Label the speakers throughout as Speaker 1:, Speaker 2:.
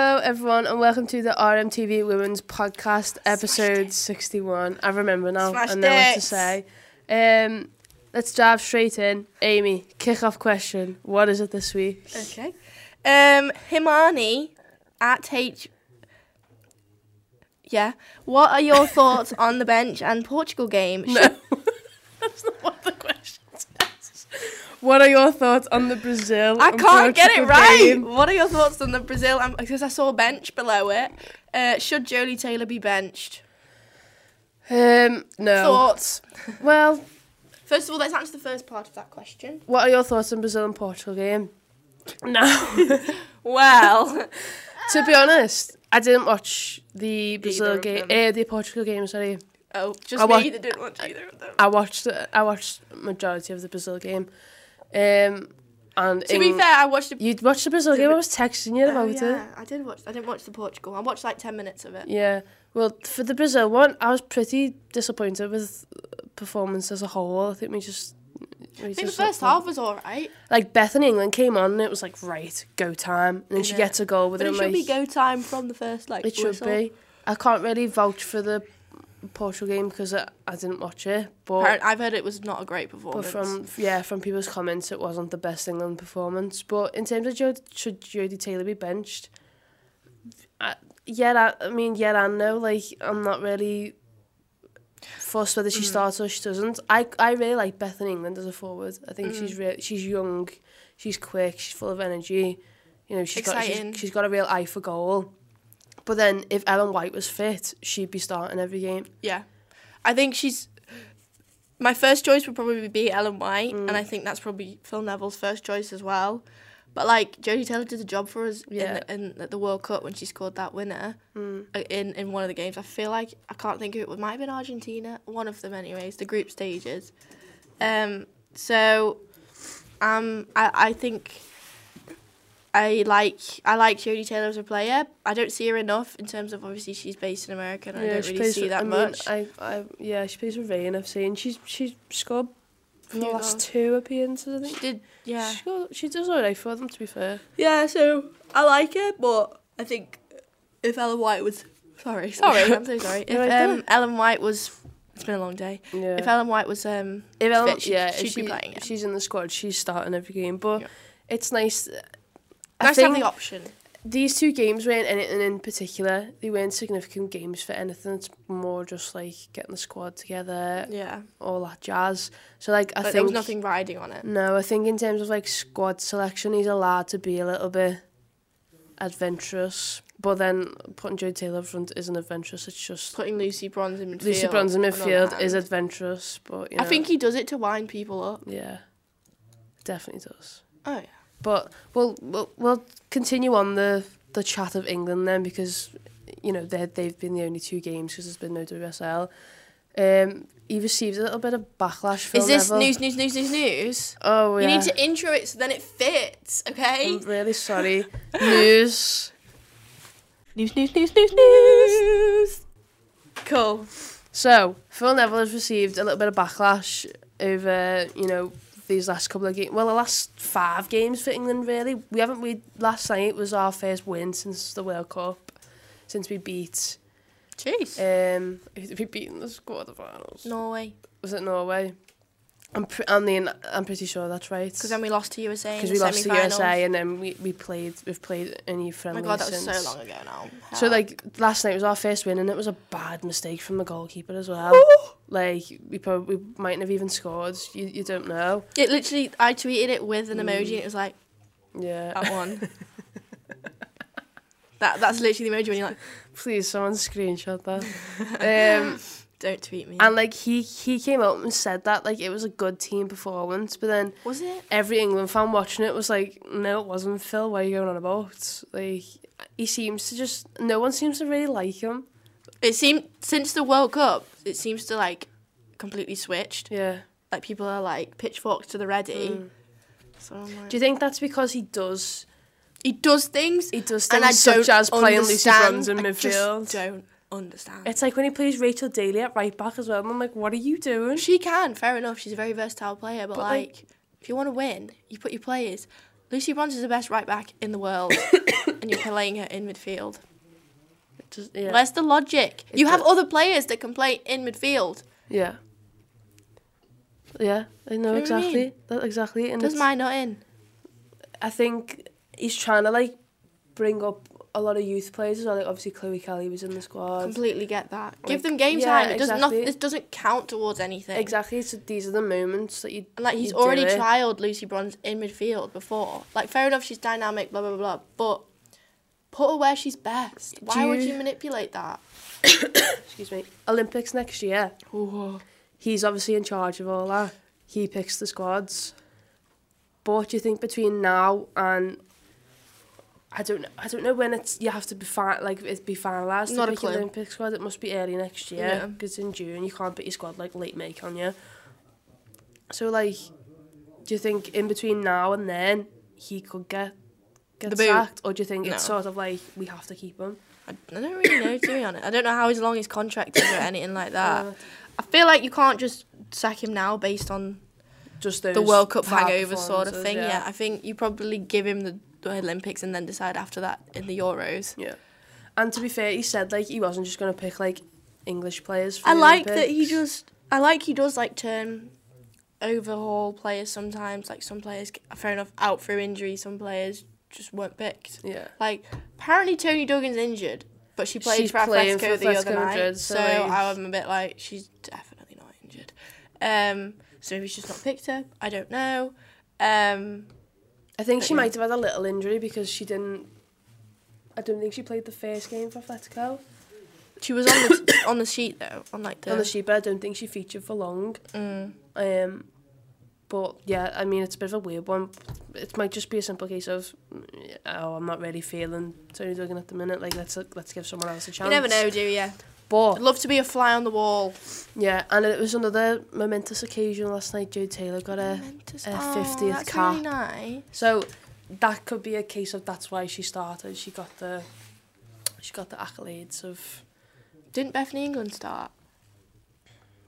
Speaker 1: everyone, and welcome to the RMTV Women's Podcast, episode 61. I remember now,
Speaker 2: Smashed
Speaker 1: I know what to
Speaker 2: it.
Speaker 1: say. Um, let's dive straight in. Amy, kick off question. What is it this week?
Speaker 2: Okay. Um, Himani at H. Yeah. What are your thoughts on the bench and Portugal game? Should-
Speaker 1: That's not what the question says. What are your thoughts on the Brazil?
Speaker 2: I
Speaker 1: and
Speaker 2: can't get it
Speaker 1: Portugal
Speaker 2: right.
Speaker 1: game?
Speaker 2: What are your thoughts on the Brazil? Because I saw bench below it. Uh, should Jolie Taylor be benched?
Speaker 1: Um, no.
Speaker 2: Thoughts.
Speaker 1: Well,
Speaker 2: First of all, let's answer the first part of that question.
Speaker 1: what are your thoughts on Brazil and Portugal game? No.
Speaker 2: Well,
Speaker 1: to be honest, I didn't watch the Brazil
Speaker 2: of
Speaker 1: game,
Speaker 2: them.
Speaker 1: eh, the Portugal game. Sorry,
Speaker 2: oh, just
Speaker 1: I
Speaker 2: me
Speaker 1: wa-
Speaker 2: that didn't watch either of them.
Speaker 1: I watched I watched majority of the Brazil game, um, and
Speaker 2: to be fair, I watched. The-
Speaker 1: you watched the Brazil
Speaker 2: To
Speaker 1: game.
Speaker 2: be-
Speaker 1: I was texting you about
Speaker 2: oh, yeah,
Speaker 1: it.
Speaker 2: I did watch. I didn't watch the Portugal. I watched like ten minutes of it.
Speaker 1: Yeah. Well, for the Brazil one, I was pretty disappointed with performance as a whole. I think we just. We
Speaker 2: I think the
Speaker 1: just
Speaker 2: first half was all right.
Speaker 1: Like Beth and England came on and it was like right go time, and then she
Speaker 2: Yeah.
Speaker 1: gets a goal within
Speaker 2: But it should
Speaker 1: like
Speaker 2: be go time from the first like.
Speaker 1: It should
Speaker 2: whistle.
Speaker 1: be. I can't really vouch for the Portugal game because I, I didn't watch it, but,
Speaker 2: Apparent- I've heard it was not a great
Speaker 1: but
Speaker 2: performance.
Speaker 1: from yeah from people's comments, it wasn't the best England performance. But in terms of Jod- should Jodie Taylor be benched? I, yeah, I, I mean yeah, I know. Like I'm not really fussed whether
Speaker 2: Mm.
Speaker 1: she starts or she doesn't. I I really like Beth in England as a forward. I think
Speaker 2: Mm.
Speaker 1: she's re- she's young, she's quick, she's full of energy. You know, she's got
Speaker 2: Exciting.
Speaker 1: she's, she's got a real eye for goal. But then if Ellen White was fit, she'd be starting every game.
Speaker 2: yeah, I think she's. My first choice would probably be Ellen White, and I think that's probably Phil Neville's first choice as well. But like Jodie Taylor did a job for us
Speaker 1: Yeah.
Speaker 2: in, the, in at the World Cup when she scored that winner uh, in in one of the games. I feel like I can't think who it was. Might have been Argentina, one of them, anyways. The group stages. Um. So, um, I I think I like I like Jodie Taylor as a player. I don't see her enough in terms of obviously she's based in America and I don't really see
Speaker 1: with,
Speaker 2: that
Speaker 1: I mean,
Speaker 2: much.
Speaker 1: I, I yeah, she plays with Ray and FC, and she's she's scored for the
Speaker 2: Few
Speaker 1: last
Speaker 2: goals.
Speaker 1: two appearances. I
Speaker 2: she
Speaker 1: think.
Speaker 2: did yeah.
Speaker 1: She, scored, she does alright for them. To be fair,
Speaker 2: Yeah, so I like her, but I think if Ellen White was sorry, sorry, I'm so sorry. If
Speaker 1: You're right
Speaker 2: um, Ellen White was it's been a long day.
Speaker 1: yeah.
Speaker 2: If Ellen White was um
Speaker 1: if Ellen,
Speaker 2: fit, she'd,
Speaker 1: yeah,
Speaker 2: she'd
Speaker 1: if
Speaker 2: be
Speaker 1: she-
Speaker 2: playing
Speaker 1: if
Speaker 2: it.
Speaker 1: She's in the squad. She's starting every game, but
Speaker 2: Yeah.
Speaker 1: it's nice. uh, I
Speaker 2: Nice to have the
Speaker 1: think
Speaker 2: option.
Speaker 1: these two games weren't anything in particular. They weren't significant games for anything. It's more just like getting the squad together,
Speaker 2: Yeah.
Speaker 1: all that jazz. So like, I
Speaker 2: But
Speaker 1: think
Speaker 2: there was nothing riding on it.
Speaker 1: No, I think in terms of like squad selection, he's allowed to be a little bit adventurous. But then putting Joe Taylor up front isn't adventurous. It's just
Speaker 2: Putting Lucy Bronze in midfield.
Speaker 1: Lucy Bronze in
Speaker 2: on the other
Speaker 1: midfield is
Speaker 2: hand.
Speaker 1: adventurous, but you
Speaker 2: I
Speaker 1: know,
Speaker 2: think he does it to wind people up.
Speaker 1: yeah, definitely does.
Speaker 2: Oh yeah.
Speaker 1: But we'll we'll, we'll continue on the the chat of England then because you know they they've been the only two games because there's been no WSL. Um, he received a little bit of backlash. Phil
Speaker 2: Is this
Speaker 1: Neville.
Speaker 2: news, news, news, news, news?
Speaker 1: Oh,
Speaker 2: You
Speaker 1: yeah. Mm.
Speaker 2: need to intro it so then it fits, okay?
Speaker 1: I'm really sorry. News.
Speaker 2: News, news, news, news, news. Cool.
Speaker 1: So, Phil Neville has received a little bit of backlash over, you know, these last couple of games. Well, the last five games for England, really. We haven't, we, last night was our first win since the World Cup, since we beat,
Speaker 2: Jeez.
Speaker 1: um, who did we beat in the quarterfinals?
Speaker 2: Norway.
Speaker 1: Was it Norway? I'm, pr- I mean, I'm pretty sure that's right.
Speaker 2: Because then we lost to USA. in
Speaker 1: Because
Speaker 2: the
Speaker 1: we lost to
Speaker 2: semifinals.
Speaker 1: USA and then we, we played, we've played any
Speaker 2: Oh
Speaker 1: friendly
Speaker 2: my god, that was
Speaker 1: since.
Speaker 2: so long ago now.
Speaker 1: So
Speaker 2: Hell.
Speaker 1: like last night was our first win, and it was a bad mistake from the goalkeeper as well. like we probably we mightn't have even scored. You you don't know.
Speaker 2: it literally, I tweeted it with an emoji, and it was like
Speaker 1: Yeah.
Speaker 2: that one. that that's literally the emoji when you're like,
Speaker 1: Please, someone screenshot that. um,
Speaker 2: don't tweet me.
Speaker 1: and like he he came out and said that like it was a good team performance, but then
Speaker 2: was it?
Speaker 1: every England fan watching it was like, no, it wasn't Phil. What are you going on about? Like he seems to just no one seems to really like him.
Speaker 2: It seemed since the World Cup, it seems to like completely switched.
Speaker 1: Yeah.
Speaker 2: Like people are like pitchforks to the ready. Mm, So I'm like,
Speaker 1: Do you think that's because he does
Speaker 2: he does things,
Speaker 1: he does
Speaker 2: and I
Speaker 1: things such
Speaker 2: don't
Speaker 1: as playing Lucy
Speaker 2: understand.
Speaker 1: Bronze in
Speaker 2: I
Speaker 1: midfield?
Speaker 2: Just don't understand.
Speaker 1: It's like when he plays Rachel Daly at right back as well, and I'm like, what are you doing?
Speaker 2: she can, fair enough. She's a very versatile player, but,
Speaker 1: But,
Speaker 2: like,
Speaker 1: like-
Speaker 2: if you want to win, you put your players. Lucy Bronze is the best right back in the world. and you're playing her in midfield.
Speaker 1: Just, yeah.
Speaker 2: Where's the logic?
Speaker 1: It
Speaker 2: you have
Speaker 1: does-
Speaker 2: other players that can play in midfield.
Speaker 1: yeah. Yeah, I know
Speaker 2: what I
Speaker 1: exactly.
Speaker 2: mean?
Speaker 1: That exactly. And
Speaker 2: Does
Speaker 1: it's-
Speaker 2: mine not in?
Speaker 1: I think he's trying to like bring up a lot of youth players as well. Like obviously Chloe Kelly was in the squad.
Speaker 2: Completely get that.
Speaker 1: Like,
Speaker 2: Give them game
Speaker 1: yeah,
Speaker 2: time. It does not.
Speaker 1: exactly.
Speaker 2: This doesn't count towards anything.
Speaker 1: Exactly. So these are the moments that you
Speaker 2: And like he's
Speaker 1: You do
Speaker 2: already
Speaker 1: it.
Speaker 2: trialed Lucy Bronze in midfield before. Like fair enough, she's dynamic, blah blah blah. But put her where she's best. Why
Speaker 1: Do
Speaker 2: would
Speaker 1: you-
Speaker 2: you manipulate that?
Speaker 1: excuse me Olympics next year. He's obviously in charge of all that. He picks the squads. But do you think between now and I don't know. I don't know when it's you have to be fi- like it be finalised. to
Speaker 2: Not a
Speaker 1: pick your
Speaker 2: clue.
Speaker 1: Olympic squad. It must be early next year
Speaker 2: Yeah.
Speaker 1: because in June you can't put your squad like late May, can you? So like, do you think in between now and then he could get get
Speaker 2: The boot.
Speaker 1: sacked, or do you think it's
Speaker 2: No.
Speaker 1: sort of like we have to keep him?
Speaker 2: I, I don't really know to be honest. I don't know how his long his contract is or anything like that.
Speaker 1: Uh,
Speaker 2: I feel like you can't just sack him now based on
Speaker 1: Just those
Speaker 2: the World Cup
Speaker 1: bad
Speaker 2: hangover sort of
Speaker 1: performances,
Speaker 2: thing. Yeah. I think you probably give him the, the Olympics and then decide after that in the Euros.
Speaker 1: Yeah. And to be fair, he said like he wasn't just gonna pick like English players. For
Speaker 2: I
Speaker 1: the
Speaker 2: like that he
Speaker 1: Olympics.
Speaker 2: just. I like he does like turn overhaul players sometimes. Like some players, get- fair enough, out through injury. Some players just weren't picked.
Speaker 1: yeah.
Speaker 2: Like apparently Tony Duggan's injured, but she played
Speaker 1: She's
Speaker 2: for
Speaker 1: playing
Speaker 2: Atletico
Speaker 1: for
Speaker 2: the other
Speaker 1: Atletico
Speaker 2: night.
Speaker 1: Madrid, so,
Speaker 2: so
Speaker 1: like-
Speaker 2: I am a bit like she's definitely not injured. Um, so maybe she's not picked her. I don't know. Um,
Speaker 1: I think
Speaker 2: But
Speaker 1: she
Speaker 2: yeah.
Speaker 1: might have had a little injury because she didn't. I don't think she played the first game for Atletico.
Speaker 2: she was on the on the sheet though, on like the.
Speaker 1: On the Sheba, I don't think she featured for long.
Speaker 2: Mm.
Speaker 1: Um, but yeah, I mean, it's a bit of a weird one. It might just be a simple case of, mm, oh, I'm not really feeling Tony Duggan at the minute. Like, let's let's give someone else a chance.
Speaker 2: You never know, do you?
Speaker 1: But
Speaker 2: I'd love to be a fly on the wall.
Speaker 1: yeah, and it was another momentous occasion last night. Joe Taylor got a
Speaker 2: Momentous-
Speaker 1: a
Speaker 2: Aw,
Speaker 1: 50th
Speaker 2: that's
Speaker 1: cap.
Speaker 2: Really nice.
Speaker 1: So that could be a case of that's why she started. She got the she got the accolades of
Speaker 2: Didn't Bethany England start?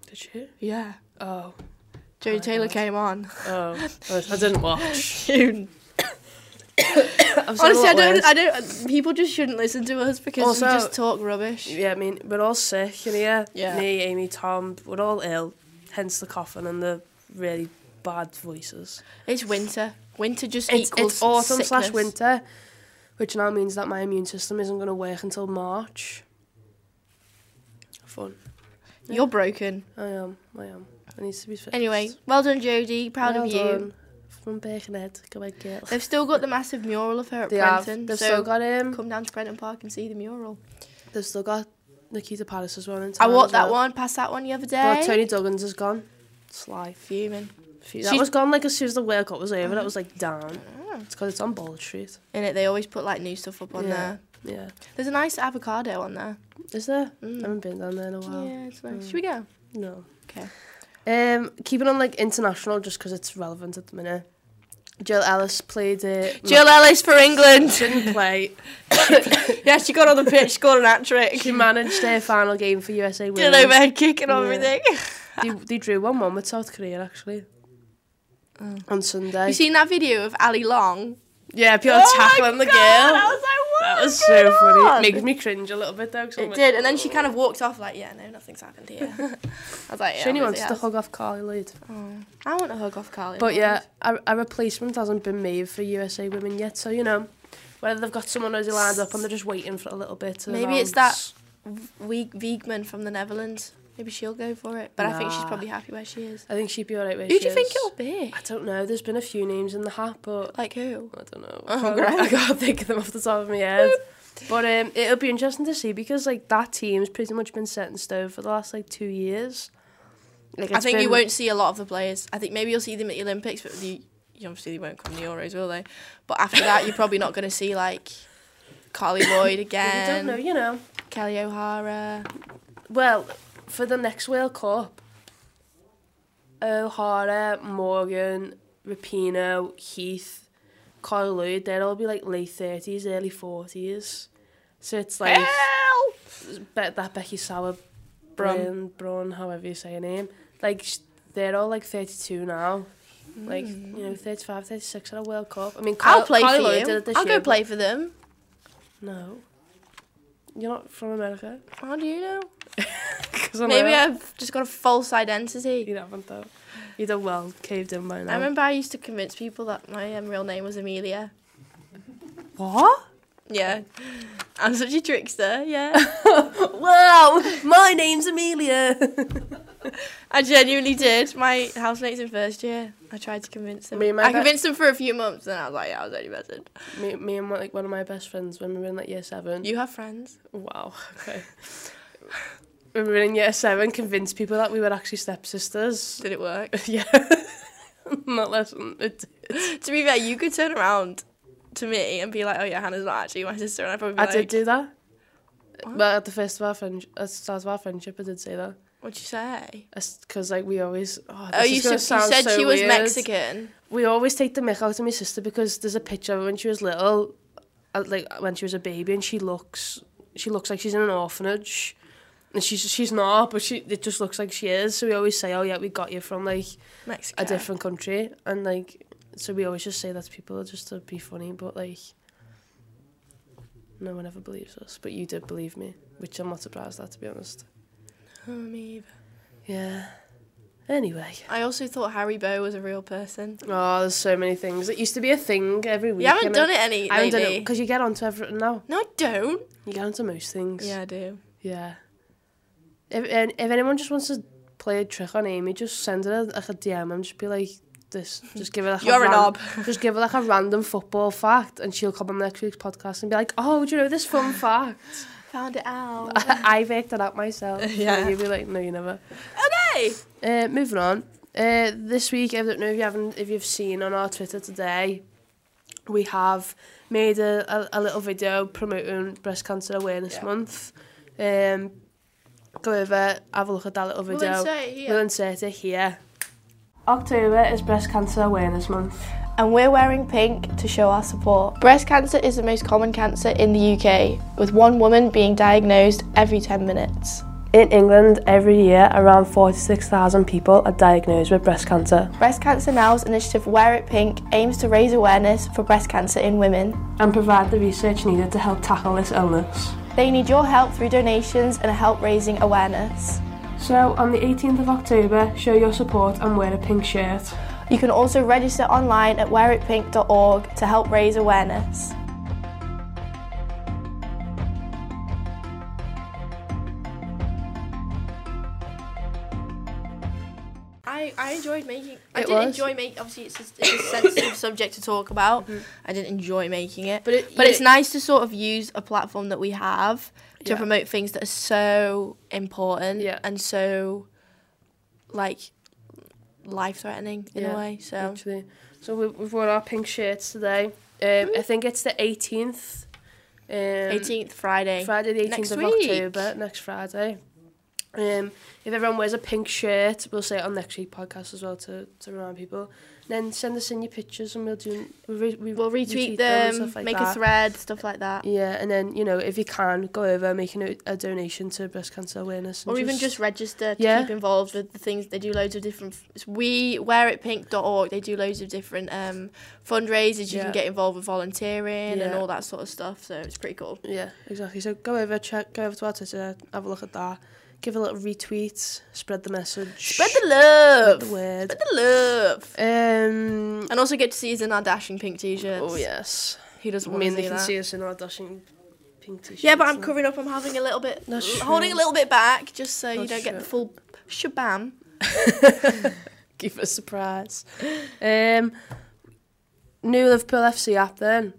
Speaker 1: did she?
Speaker 2: Yeah.
Speaker 1: Oh,
Speaker 2: Joey
Speaker 1: Oh,
Speaker 2: Taylor
Speaker 1: God.
Speaker 2: came on.
Speaker 1: oh, I didn't watch.
Speaker 2: Honestly,
Speaker 1: I'm sorry,
Speaker 2: I
Speaker 1: what
Speaker 2: don't,
Speaker 1: worse?
Speaker 2: I don't. People just shouldn't listen to us because
Speaker 1: Also-
Speaker 2: we just talk rubbish.
Speaker 1: Yeah, I mean we're all sick in here.
Speaker 2: Yeah.
Speaker 1: Me, Amy, Tom, we're all ill. Hence the coughing and the really bad voices.
Speaker 2: It's winter. Winter just
Speaker 1: It's,
Speaker 2: equals
Speaker 1: it's autumn
Speaker 2: sickness.
Speaker 1: slash winter, which now means that my immune system isn't going to work until March. Fun.
Speaker 2: You're broken.
Speaker 1: I am. I am. I need to be fixed.
Speaker 2: Anyway, well done, Jodie. Proud
Speaker 1: Well
Speaker 2: of you.
Speaker 1: done. From Birkenhead, go and girl.
Speaker 2: They've still got the massive mural of her at
Speaker 1: They have.
Speaker 2: Brenton.
Speaker 1: They've
Speaker 2: so
Speaker 1: still got him.
Speaker 2: come down to Brenton Park and see the mural.
Speaker 1: They've still got Nikita Paris's one in
Speaker 2: I
Speaker 1: town.
Speaker 2: walked
Speaker 1: as
Speaker 2: that
Speaker 1: well.
Speaker 2: one, passed that one the other day.
Speaker 1: But Tony Duggins is gone. Sly.
Speaker 2: Fuming.
Speaker 1: That
Speaker 2: She's-
Speaker 1: was gone like as soon as the World Cup was over. That was like down.
Speaker 2: Oh.
Speaker 1: It's because it's on Bold Street.
Speaker 2: In it, they always put like new stuff up on
Speaker 1: Yeah.
Speaker 2: there.
Speaker 1: Yeah.
Speaker 2: There's a nice avocado on there.
Speaker 1: Is there? I
Speaker 2: Mm.
Speaker 1: haven't been down there in a while.
Speaker 2: Yeah, it's nice.
Speaker 1: Mm.
Speaker 2: Should we go?
Speaker 1: No.
Speaker 2: Okay.
Speaker 1: Um, keeping on like international just because it's relevant at the minute. Jill Ellis played it.
Speaker 2: Jill Ellis for England.
Speaker 1: didn't play.
Speaker 2: yeah, she got on the pitch, scored an hat trick.
Speaker 1: She managed their final game for USA
Speaker 2: Did an
Speaker 1: Women's.
Speaker 2: overhead kick and
Speaker 1: Yeah.
Speaker 2: everything.
Speaker 1: They, they drew one one with South Korea actually
Speaker 2: Uh.
Speaker 1: on Sunday.
Speaker 2: You seen that video of Ali Long?
Speaker 1: yeah, pure
Speaker 2: Oh my
Speaker 1: tackling the
Speaker 2: God,
Speaker 1: girl.
Speaker 2: I was like, what?
Speaker 1: That was
Speaker 2: is
Speaker 1: so
Speaker 2: going
Speaker 1: funny.
Speaker 2: on?
Speaker 1: It made me cringe a little bit though. 'cause I'm
Speaker 2: It
Speaker 1: like,
Speaker 2: did, and then she kind of walked off like, yeah, no, nothing's happened here. I was like, yeah,
Speaker 1: She only wants to
Speaker 2: obviously
Speaker 1: hug off Carly Lloyd.
Speaker 2: it has. Oh, I want to hug off Carly.
Speaker 1: But
Speaker 2: Lloyd.
Speaker 1: yeah, a, a replacement hasn't been made for USA women yet. So, you know, whether they've got someone already lined up and they're just waiting for a little bit. To
Speaker 2: Maybe it's
Speaker 1: announce-
Speaker 2: we Wiegman from the Netherlands. Maybe she'll go for it, but I think she's
Speaker 1: Nah.
Speaker 2: probably happy where she is.
Speaker 1: I think she'd be alright with
Speaker 2: Who do you think it'll be?
Speaker 1: I don't know. There's been a few names in the hat, but
Speaker 2: Like who?
Speaker 1: I don't know.
Speaker 2: Oh,
Speaker 1: Probably-
Speaker 2: great.
Speaker 1: I can't think of them off the top of my head. But um, it'll be interesting to see because like that team's pretty much been set in stone for the last like two years. Like,
Speaker 2: I
Speaker 1: it's
Speaker 2: think you
Speaker 1: been-
Speaker 2: won't see a lot of the players. I think maybe you'll see them at the Olympics, but the, you obviously they won't come to the Euros, will they? But after that, you're probably not going to see like Carly Lloyd
Speaker 1: I don't
Speaker 2: again,
Speaker 1: know. You know.
Speaker 2: Kelly O'Hara.
Speaker 1: Well, for the next World Cup, O'Hara, Morgan, Rapino, Heath, Kyle Lloyd, they'll all be like late 30s, early 40s. So it's like
Speaker 2: Hell!
Speaker 1: be- that Becky Sauer,
Speaker 2: Brun.
Speaker 1: Brun, Brun, however you say her name. Like, sh- they're all like 32 now.
Speaker 2: Mm.
Speaker 1: Like, you know, 35, 36 at a World Cup. I mean, Kyle,
Speaker 2: I'll play
Speaker 1: Kyle
Speaker 2: for
Speaker 1: Lloyd
Speaker 2: you.
Speaker 1: did it this
Speaker 2: I'll
Speaker 1: year,
Speaker 2: go play for them.
Speaker 1: but No. You're not from America?
Speaker 2: How Oh, do you know?
Speaker 1: 'Cause I know
Speaker 2: Maybe
Speaker 1: it.
Speaker 2: I've just got a false identity.
Speaker 1: You haven't though. You done well. Caved in by now.
Speaker 2: I remember I used to convince people that my um, real name was Amelia.
Speaker 1: What?
Speaker 2: Yeah. I'm such a trickster, yeah.
Speaker 1: Wow! My name's Amelia.
Speaker 2: I genuinely did. My housemates in first year, I tried to convince them.
Speaker 1: Me and my
Speaker 2: I
Speaker 1: be-
Speaker 2: convinced them for a few months, and I was like, yeah, I was only messing.
Speaker 1: me, me and my, like one of my best friends when we were in like year seven.
Speaker 2: You have friends.
Speaker 1: Wow. Okay. when we were in year seven, convinced people that we were actually stepsisters.
Speaker 2: Did it work?
Speaker 1: yeah. not less than it.
Speaker 2: to be fair, you could turn around to me and be like, oh yeah, Hannah's not actually my sister, and I'd probably be
Speaker 1: I
Speaker 2: like,
Speaker 1: did do that.
Speaker 2: What?
Speaker 1: But at the first of our friend, at the start of our friendship, I did say that.
Speaker 2: what'd you say?
Speaker 1: Because like we always. Oh,
Speaker 2: oh,
Speaker 1: this
Speaker 2: you
Speaker 1: is gonna
Speaker 2: said, you
Speaker 1: sound
Speaker 2: said
Speaker 1: so
Speaker 2: she was
Speaker 1: weird.
Speaker 2: Mexican.
Speaker 1: We always take the mick out of my sister because there's a picture of when she was little, uh, like when she was a baby, and she looks she looks like she's in an orphanage, and she's she's not, but she it just looks like she is. So we always say, oh yeah, we got you from like
Speaker 2: Mexican.
Speaker 1: a different country, and like so we always just say that to people just to be funny, but like. No one ever believes us, but you did believe me, which I'm not surprised at, to be honest.
Speaker 2: Oh, me either.
Speaker 1: Yeah. Anyway.
Speaker 2: I also thought Harry Bow was a real person.
Speaker 1: Oh, there's so many things. It used to be a thing every week.
Speaker 2: You haven't
Speaker 1: and
Speaker 2: done it any
Speaker 1: I haven't done it
Speaker 2: lately.
Speaker 1: because you get onto everything now.
Speaker 2: No, I don't.
Speaker 1: You get onto most things.
Speaker 2: Yeah, I do.
Speaker 1: Yeah. If and if anyone just wants to play a trick on Amy, just send her like a DM and just be like this. Just give her like
Speaker 2: You're
Speaker 1: a
Speaker 2: a
Speaker 1: ran-
Speaker 2: knob.
Speaker 1: Just give her like a random football fact, and she'll come on next week's podcast and be like, "Oh, do you know this fun fact?
Speaker 2: Found it out.
Speaker 1: I faked it out myself."
Speaker 2: Yeah.
Speaker 1: And you'll be like, "No, you never."
Speaker 2: hey!
Speaker 1: Uh, moving on. Uh, this week, I don't know if you haven't, if you've seen on our Twitter today, we have made a, a, a little video promoting Breast Cancer Awareness
Speaker 2: Yeah.
Speaker 1: Month. Um, go over, have a look at that little video.
Speaker 2: it
Speaker 1: We'll insert it here. October is Breast Cancer Awareness Month.
Speaker 2: and we're wearing pink to show our support. Breast cancer is the most common cancer in the UK, with one woman being diagnosed every 10 minutes.
Speaker 1: In England, every year, around 46,000 people are diagnosed with breast cancer,
Speaker 2: Breast Cancer Now's initiative Wear It Pink aims to raise awareness for breast cancer in women.
Speaker 1: and provide the research needed to help tackle this illness.
Speaker 2: They need your help through donations and help raising awareness.
Speaker 1: So, on the 18th of October, show your support and wear a pink shirt.
Speaker 2: You can also register online at wearitpink.org to help raise awareness. I, I enjoyed making. I
Speaker 1: It
Speaker 2: didn't
Speaker 1: was.
Speaker 2: enjoy making. Obviously, it's a, it's a sensitive subject to talk about. I didn't enjoy making it,
Speaker 1: Mm-hmm. But it-
Speaker 2: but
Speaker 1: you-
Speaker 2: it's nice to sort of use a platform that we have to
Speaker 1: Yeah.
Speaker 2: promote things that are so important
Speaker 1: Yeah.
Speaker 2: and so like life threatening in
Speaker 1: Yeah,
Speaker 2: a way. So
Speaker 1: Actually, so we, we've worn our pink shirts today. Um, I think it's the 18th. Um,
Speaker 2: eighteenth Friday.
Speaker 1: Friday, the 18th
Speaker 2: Next
Speaker 1: of
Speaker 2: week.
Speaker 1: October, next Friday. Um, if everyone wears a pink shirt, we'll say it on next week's podcast as well to, to remind people. And then send us in your pictures and we'll do. We'll, re- we
Speaker 2: we'll retweet them, make a thread, stuff like that,
Speaker 1: Yeah, and then, you know, if you can, go over, make a, no- a donation to breast cancer awareness. and
Speaker 2: or even just register to
Speaker 1: Yeah.
Speaker 2: keep involved with the things. They do loads of different. It's we wearitpink.org. They do loads of different um, fundraisers. You
Speaker 1: Yeah.
Speaker 2: can get involved with volunteering and
Speaker 1: Yeah.
Speaker 2: all that sort of stuff. So it's pretty cool.
Speaker 1: Yeah, exactly. So go over, check, go over to our Twitter, have a look at that, give a little retweet, spread the message,
Speaker 2: Spread the love.
Speaker 1: the word.
Speaker 2: Spread the love.
Speaker 1: Um.
Speaker 2: And also get to see us in our dashing pink t-shirts.
Speaker 1: Oh yes.
Speaker 2: He doesn't
Speaker 1: I
Speaker 2: want to
Speaker 1: mean,
Speaker 2: see
Speaker 1: they can
Speaker 2: that.
Speaker 1: see us in our dashing pink t-shirts.
Speaker 2: Yeah, but I'm
Speaker 1: and-
Speaker 2: covering up. I'm having a little bit,
Speaker 1: That's
Speaker 2: l-
Speaker 1: true.
Speaker 2: holding a little bit back, just so you
Speaker 1: That's
Speaker 2: don't get the
Speaker 1: true.
Speaker 2: full shabam.
Speaker 1: Give us a surprise. Um. New Liverpool FC app then.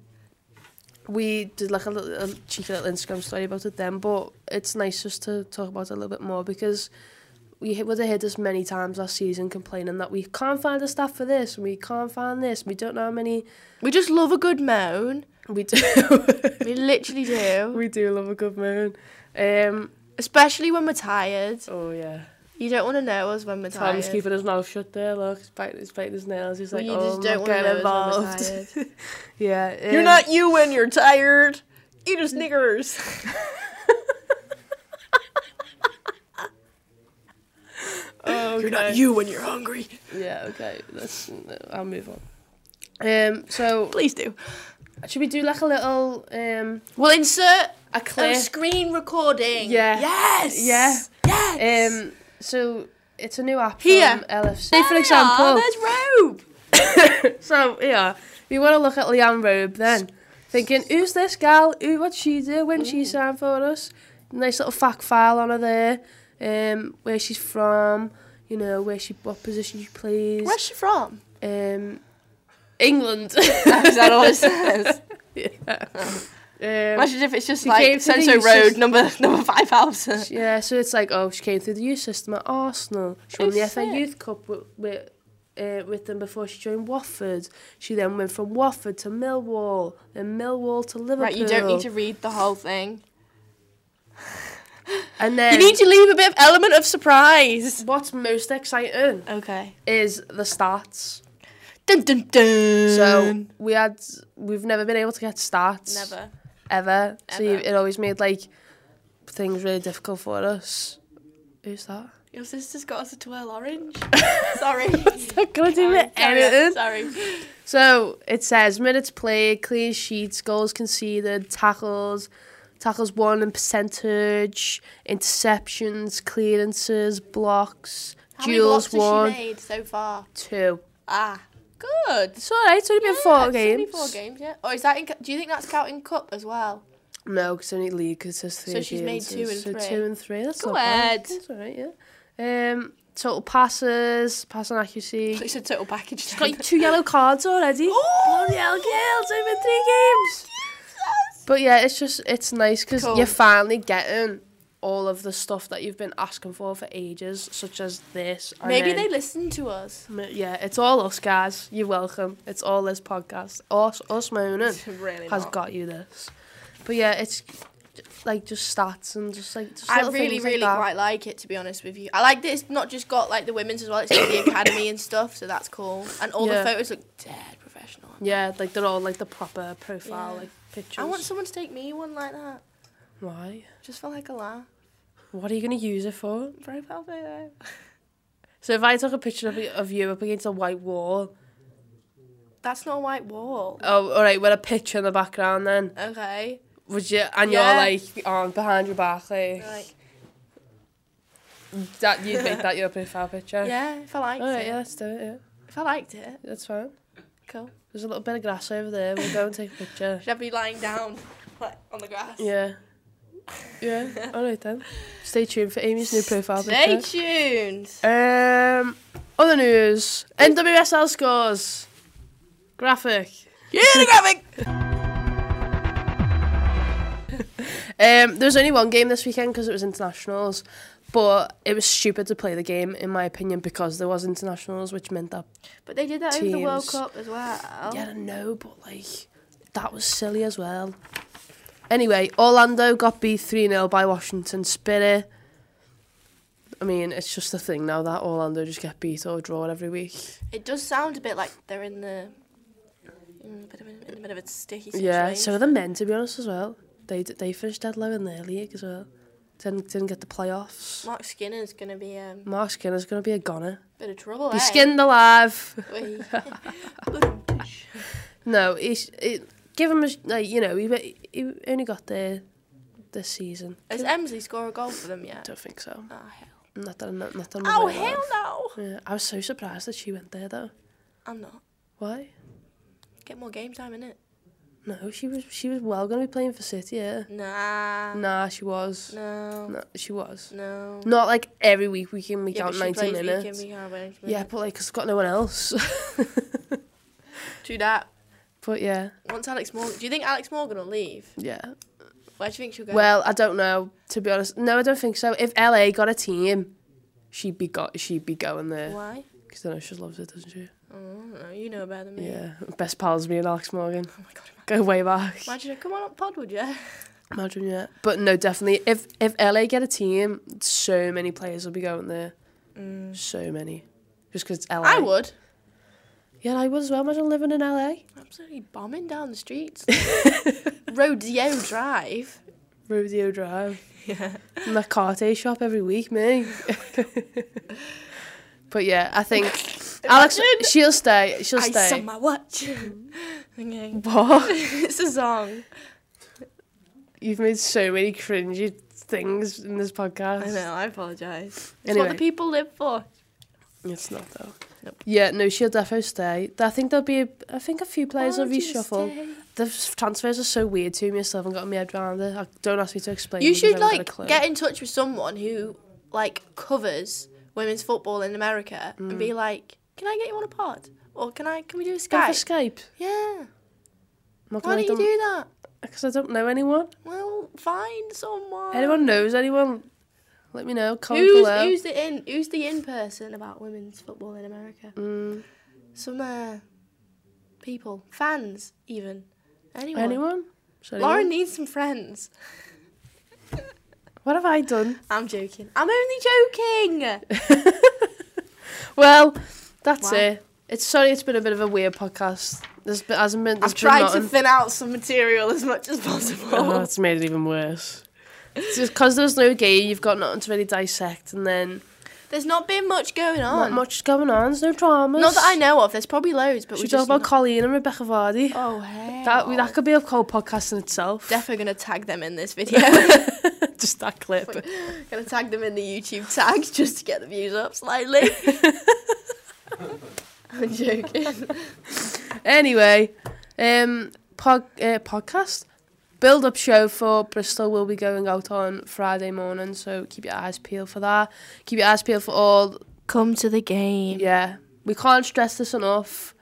Speaker 1: We did like a little a cheeky little Instagram story about it then, but it's nice just to talk about it a little bit more because we hit- would have heard this many times last season complaining that we can't find a staff for this and we can't find this. and We don't know how many
Speaker 2: We just love a good moan.
Speaker 1: we do.
Speaker 2: We literally do,
Speaker 1: we do love a good moon. Um.
Speaker 2: especially when we're tired.
Speaker 1: Oh yeah.
Speaker 2: You don't want to know us when we're tired.
Speaker 1: Tom's keeping his mouth shut there. Look, he's biting, he's biting his nails. He's like,
Speaker 2: you
Speaker 1: oh,
Speaker 2: just don't
Speaker 1: I'm
Speaker 2: want to
Speaker 1: not
Speaker 2: know
Speaker 1: getting
Speaker 2: us
Speaker 1: involved.
Speaker 2: when we're tired.
Speaker 1: yeah, um,
Speaker 2: you're not you when you're tired. Eat a Snickers.
Speaker 1: Oh,
Speaker 2: You're not
Speaker 1: okay.
Speaker 2: you when you're hungry.
Speaker 1: Yeah, okay. Let's. I'll move on. Um. So
Speaker 2: Please do.
Speaker 1: Should we do like a little um
Speaker 2: We'll insert
Speaker 1: a
Speaker 2: a
Speaker 1: clip?
Speaker 2: screen recording.
Speaker 1: Yeah.
Speaker 2: Yes.
Speaker 1: Yeah.
Speaker 2: Yes.
Speaker 1: Um, so it's a new app
Speaker 2: Here.
Speaker 1: from LFC.
Speaker 2: There
Speaker 1: for
Speaker 2: they Are,
Speaker 1: example,
Speaker 2: there's rope.
Speaker 1: so yeah, we want to look at Leanne Robe then, thinking who's this gal? Who what she do when
Speaker 2: Mm.
Speaker 1: she signed for us? Nice little fact file on her there, um, where she's from, you know, where she what position she plays,
Speaker 2: Where's she from?
Speaker 1: um, England. Um,
Speaker 2: Is that all it says?
Speaker 1: yeah. Um,
Speaker 2: Imagine if it's just
Speaker 1: She
Speaker 2: like
Speaker 1: came to the
Speaker 2: so
Speaker 1: youth
Speaker 2: Road
Speaker 1: system.
Speaker 2: number number five thousand.
Speaker 1: yeah, so it's like oh, she came through the youth system at Arsenal. She won
Speaker 2: Oh,
Speaker 1: the FA
Speaker 2: sick.
Speaker 1: Youth Cup with. with uh, with them before she joined Watford. She then went from Watford to Millwall, then Millwall to Liverpool.
Speaker 2: Right, you don't need to read the whole thing.
Speaker 1: And then
Speaker 2: to leave a bit of element of surprise.
Speaker 1: What's most exciting
Speaker 2: Okay.
Speaker 1: is the stats.
Speaker 2: Dun dun dun. Mm.
Speaker 1: So we had we've never been able to get stats
Speaker 2: never.
Speaker 1: ever. So
Speaker 2: Ever.
Speaker 1: it always made like things really difficult for us. Who's that?
Speaker 2: Your sister's got us a twirl orange. Sorry.
Speaker 1: Not gonna do
Speaker 2: Sorry,
Speaker 1: it
Speaker 2: carry on,
Speaker 1: anything.
Speaker 2: Sorry.
Speaker 1: So it says minutes played, clean sheets, goals conceded, tackles, tackles won and percentage, interceptions, clearances, blocks,
Speaker 2: How many
Speaker 1: duels
Speaker 2: blocks has she
Speaker 1: won,
Speaker 2: made so far?
Speaker 1: two.
Speaker 2: Ah, good.
Speaker 1: It's alright. It's only been
Speaker 2: Yeah,
Speaker 1: four
Speaker 2: it's
Speaker 1: games.
Speaker 2: only Four games, yeah. Or is that? In, cu- do you think that's counting cup as well?
Speaker 1: No, because only league consists three.
Speaker 2: So she's made two
Speaker 1: appearances.
Speaker 2: and
Speaker 1: So
Speaker 2: three.
Speaker 1: two and three. That's
Speaker 2: Go
Speaker 1: not bad.
Speaker 2: ahead.
Speaker 1: That's all right. Yeah. Um, total passes, passing accuracy.
Speaker 2: It's a total package.
Speaker 1: She's got two yellow cards already.
Speaker 2: Oh!
Speaker 1: Bloody hell, girls! Over three games. But yeah, it's just it's nice because
Speaker 2: Cool.
Speaker 1: you're finally getting all of the stuff that you've been asking for for ages, such as this. and
Speaker 2: Maybe
Speaker 1: then-
Speaker 2: they listen to us.
Speaker 1: M- Yeah, it's all us guys. You're welcome. It's all this podcast. Us, us moaning
Speaker 2: really
Speaker 1: has
Speaker 2: not.
Speaker 1: got you this. But yeah, it's like just stats and just like just
Speaker 2: I
Speaker 1: little
Speaker 2: really,
Speaker 1: things
Speaker 2: really
Speaker 1: like that.
Speaker 2: quite like it to be honest with you. I like that it's not just got like the women's as well; it's got the academy and stuff, so that's cool. And all
Speaker 1: Yeah.
Speaker 2: the photos look dead professional.
Speaker 1: Yeah, like they're all like the proper profile
Speaker 2: Yeah.
Speaker 1: like pictures.
Speaker 2: I want someone to take me one like that,
Speaker 1: Why?
Speaker 2: just for like a laugh.
Speaker 1: What are you gonna use it for?
Speaker 2: Profile photo.
Speaker 1: So if I took a picture of, y- of you up against a white wall,
Speaker 2: That's not a white wall.
Speaker 1: oh, all right, with a picture in the background, then
Speaker 2: Okay.
Speaker 1: would you? And
Speaker 2: Yeah.
Speaker 1: you're like your arm behind your back, like
Speaker 2: Like,
Speaker 1: that. You'd make that your profile picture.
Speaker 2: yeah, if I liked
Speaker 1: All right,
Speaker 2: it.
Speaker 1: yeah, let's do it. Yeah,
Speaker 2: If I liked it,
Speaker 1: that's fine.
Speaker 2: cool.
Speaker 1: There's a little bit of grass over there. We'll go and take a picture.
Speaker 2: Should I be lying down like, on the grass?
Speaker 1: Yeah. Yeah. All right then. Stay tuned for Amy's new profile
Speaker 2: Stay
Speaker 1: picture.
Speaker 2: tuned.
Speaker 1: Um. Other news. NWSL scores. Graphic.
Speaker 2: graphic.
Speaker 1: Um. There was only one game this weekend because it was internationals, but it was stupid to play the game in my opinion because there was internationals, which meant that
Speaker 2: But they did that over the World
Speaker 1: Teams.
Speaker 2: Cup as well.
Speaker 1: yeah, I don't know, but like that was silly as well. Anyway, Orlando got beat three 0 by Washington Spirit. I mean, it's just a thing now that Orlando just get beat or drawn every week.
Speaker 2: It does sound a bit like they're in the in a bit of a, in a, bit of a sticky situation.
Speaker 1: Yeah, so are the men to be honest as well. They d- they finished dead low in their league as well. Didn't didn't get the playoffs.
Speaker 2: Mark Skinner's gonna be a um,
Speaker 1: Mark Skinner's gonna be a goner.
Speaker 2: bit of trouble.
Speaker 1: Be
Speaker 2: eh?
Speaker 1: skinned alive.
Speaker 2: Wee.
Speaker 1: No, he's it, give him a sh- like you know he wa- he only got there this season.
Speaker 2: Has Emsley scored a goal for them yet?
Speaker 1: Don't think so.
Speaker 2: Oh hell!
Speaker 1: Not that I'm not, not that I'm
Speaker 2: Oh
Speaker 1: aware of.
Speaker 2: hell no!
Speaker 1: Yeah, I was so surprised that she went there though.
Speaker 2: I'm not.
Speaker 1: Why?
Speaker 2: Get more game time in it.
Speaker 1: No, she was she was well gonna be playing for City. Yeah.
Speaker 2: Nah.
Speaker 1: Nah, she was.
Speaker 2: No.
Speaker 1: No, she was.
Speaker 2: No.
Speaker 1: Not like every week we can week
Speaker 2: Yeah,
Speaker 1: out
Speaker 2: but she
Speaker 1: ninety
Speaker 2: plays
Speaker 1: minutes.
Speaker 2: Weekend, weekend, weekend,
Speaker 1: Yeah, but like, 'cause I've got no one else.
Speaker 2: Do that.
Speaker 1: but yeah,
Speaker 2: Once Alex Morgan, do you think Alex Morgan will leave?
Speaker 1: yeah.
Speaker 2: Where do you think she'll go?
Speaker 1: Well, I don't know. To be honest, no, I don't think so. If LA got a team, she'd be got she'd be going there.
Speaker 2: why?
Speaker 1: 'Cause I know she loves it, doesn't she?
Speaker 2: Oh, I don't know. You know better than me.
Speaker 1: Yeah, best pals me and Alex Morgan
Speaker 2: Oh my god.
Speaker 1: go way back.
Speaker 2: Imagine her come on up pod, would you?
Speaker 1: Imagine yeah. But no, definitely. If if LA get a team, so many players will be going there.
Speaker 2: Mm.
Speaker 1: So many. Just 'cause it's LA.
Speaker 2: I would.
Speaker 1: Yeah, I would as well. Imagine living in LA.
Speaker 2: Absolutely bombing down the streets. Rodeo Drive.
Speaker 1: Rodeo Drive. Yeah. My carte shop every week, me. but yeah, I think Alex.
Speaker 2: Imagine.
Speaker 1: She'll stay. She'll
Speaker 2: I
Speaker 1: stay.
Speaker 2: on my watch. Okay.
Speaker 1: What?
Speaker 2: it's a song.
Speaker 1: You've made so many cringy things in this podcast.
Speaker 2: I know, I apologise. It's
Speaker 1: Anyway.
Speaker 2: what the people live for.
Speaker 1: It's not though.
Speaker 2: Nope.
Speaker 1: Yeah, no, she'll defo stay. I think there'll be, a, I think a few players will reshuffle. The f- transfers are so weird to me. I still haven't got my head around it. I, don't ask me to explain.
Speaker 2: You
Speaker 1: because I
Speaker 2: should
Speaker 1: haven't got a
Speaker 2: like
Speaker 1: clue.
Speaker 2: get in touch with someone who like covers women's football in America and be like, Can I get you on a pod? Or can I can we do a
Speaker 1: Mm. Go for
Speaker 2: Skype?
Speaker 1: Skype.
Speaker 2: yeah.
Speaker 1: Am I
Speaker 2: Why
Speaker 1: gonna
Speaker 2: don't you
Speaker 1: them-
Speaker 2: do that?
Speaker 1: Because I don't know anyone.
Speaker 2: Well, find someone.
Speaker 1: Anyone knows anyone? Let me know. Comment
Speaker 2: who's,
Speaker 1: below.
Speaker 2: who's the in who's the in person about women's football in America?
Speaker 1: Mm,
Speaker 2: Some uh, people, fans even. Anyone.
Speaker 1: anyone? Sorry.
Speaker 2: Lauren needs some friends.
Speaker 1: What have I done?
Speaker 2: I'm joking. I'm only joking.
Speaker 1: Well, that's
Speaker 2: Wow.
Speaker 1: it. It's sorry. It's been a bit of a weird podcast. There's been, hasn't been.
Speaker 2: I've
Speaker 1: there's been
Speaker 2: tried to
Speaker 1: nothing.
Speaker 2: thin out some material as much as possible.
Speaker 1: Oh, it's made it even worse. It's just because there's no game, you've got nothing to really dissect, and then
Speaker 2: There's not been much going
Speaker 1: not
Speaker 2: on.
Speaker 1: much going on. There's no dramas.
Speaker 2: Not that I know of. There's probably loads, but
Speaker 1: Should
Speaker 2: we
Speaker 1: we
Speaker 2: just.
Speaker 1: talk about Colleen and Rebecca Vardy?
Speaker 2: oh hey.
Speaker 1: That that could be a whole podcast in itself.
Speaker 2: Definitely gonna tag them in this video.
Speaker 1: just that clip.
Speaker 2: gonna tag them in the YouTube tags just to get the views up slightly. I'm joking.
Speaker 1: Anyway, um, pod, uh, podcast build up show for Bristol will be going out on Friday morning, so keep your eyes peeled for that. Keep your eyes peeled for all
Speaker 2: Come to the game.
Speaker 1: Yeah, we can't stress this enough.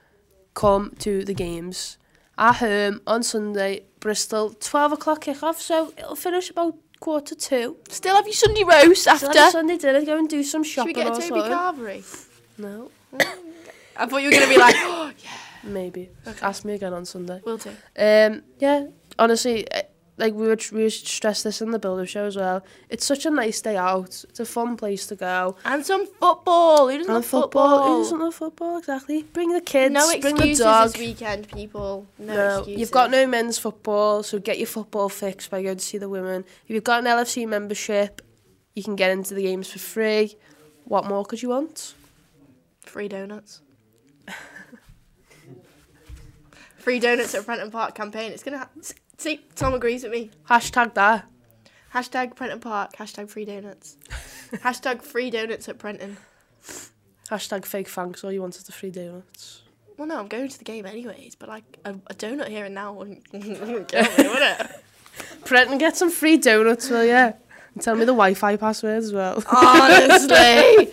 Speaker 1: Come to the games at home on Sunday, Bristol, twelve o'clock kick off. So it'll finish about quarter two.
Speaker 2: Still have your Sunday roast
Speaker 1: So
Speaker 2: after.
Speaker 1: have a Sunday dinner, go and do some
Speaker 2: Should we
Speaker 1: shopping
Speaker 2: get a
Speaker 1: or
Speaker 2: Toby
Speaker 1: something.
Speaker 2: Carvery?
Speaker 1: No,
Speaker 2: I thought you were gonna be like, oh, yeah,
Speaker 1: maybe. Ask me again on Sunday.
Speaker 2: we'll do.
Speaker 1: Um, yeah, honestly, eh, like we would we would stress this in the build-up show as well. It's such a nice day out. It's a fun place to go.
Speaker 2: And some football. Who doesn't
Speaker 1: And
Speaker 2: love
Speaker 1: football.
Speaker 2: football?
Speaker 1: Who doesn't love football exactly? Bring the kids.
Speaker 2: no
Speaker 1: bring the
Speaker 2: excuses
Speaker 1: dog.
Speaker 2: this weekend, people. No,
Speaker 1: No,
Speaker 2: excuses.
Speaker 1: you've got no men's football, so get your football fixed by going to see the women. If you've got an LFC membership, you can get into the games for free. What more could you want?
Speaker 2: free donuts. free donuts at Prenton Park campaign. It's gonna ha- s- see. Tom agrees with me.
Speaker 1: Hashtag that.
Speaker 2: Hashtag Prenton Park. Hashtag free donuts. hashtag free donuts at Prenton.
Speaker 1: Hashtag fake thanks. All you want is the free donuts.
Speaker 2: Well, no, I'm going to the game anyways, but like a, a donut here and now wouldn't, wouldn't kill me, would it?
Speaker 1: Prenton, get some free donuts, will ya? And tell me the Wi-Fi password as well.
Speaker 2: Honestly,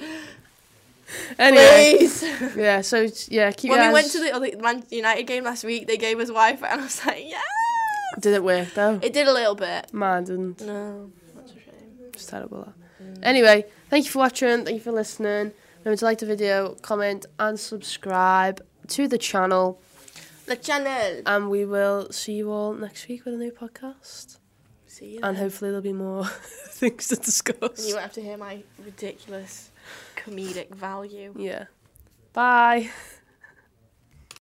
Speaker 1: anyway,
Speaker 2: please.
Speaker 1: yeah. So it's- yeah, keep.
Speaker 2: When
Speaker 1: your
Speaker 2: we went
Speaker 1: eyes-
Speaker 2: to the other Man United game last week, they gave us Wi-Fi, and I was like, yeah.
Speaker 1: Did it work though?
Speaker 2: It did a little bit.
Speaker 1: Man, didn't.
Speaker 2: No, that's a shame.
Speaker 1: It's terrible. That. Anyway, thank you for watching. Thank you for listening. Remember to like the video, comment, and subscribe to the channel.
Speaker 2: The channel.
Speaker 1: And we will see you all next week with a new podcast.
Speaker 2: See you.
Speaker 1: And
Speaker 2: then.
Speaker 1: hopefully there'll be more things to discuss.
Speaker 2: You won't have to hear my ridiculous comedic value.
Speaker 1: Yeah. Bye.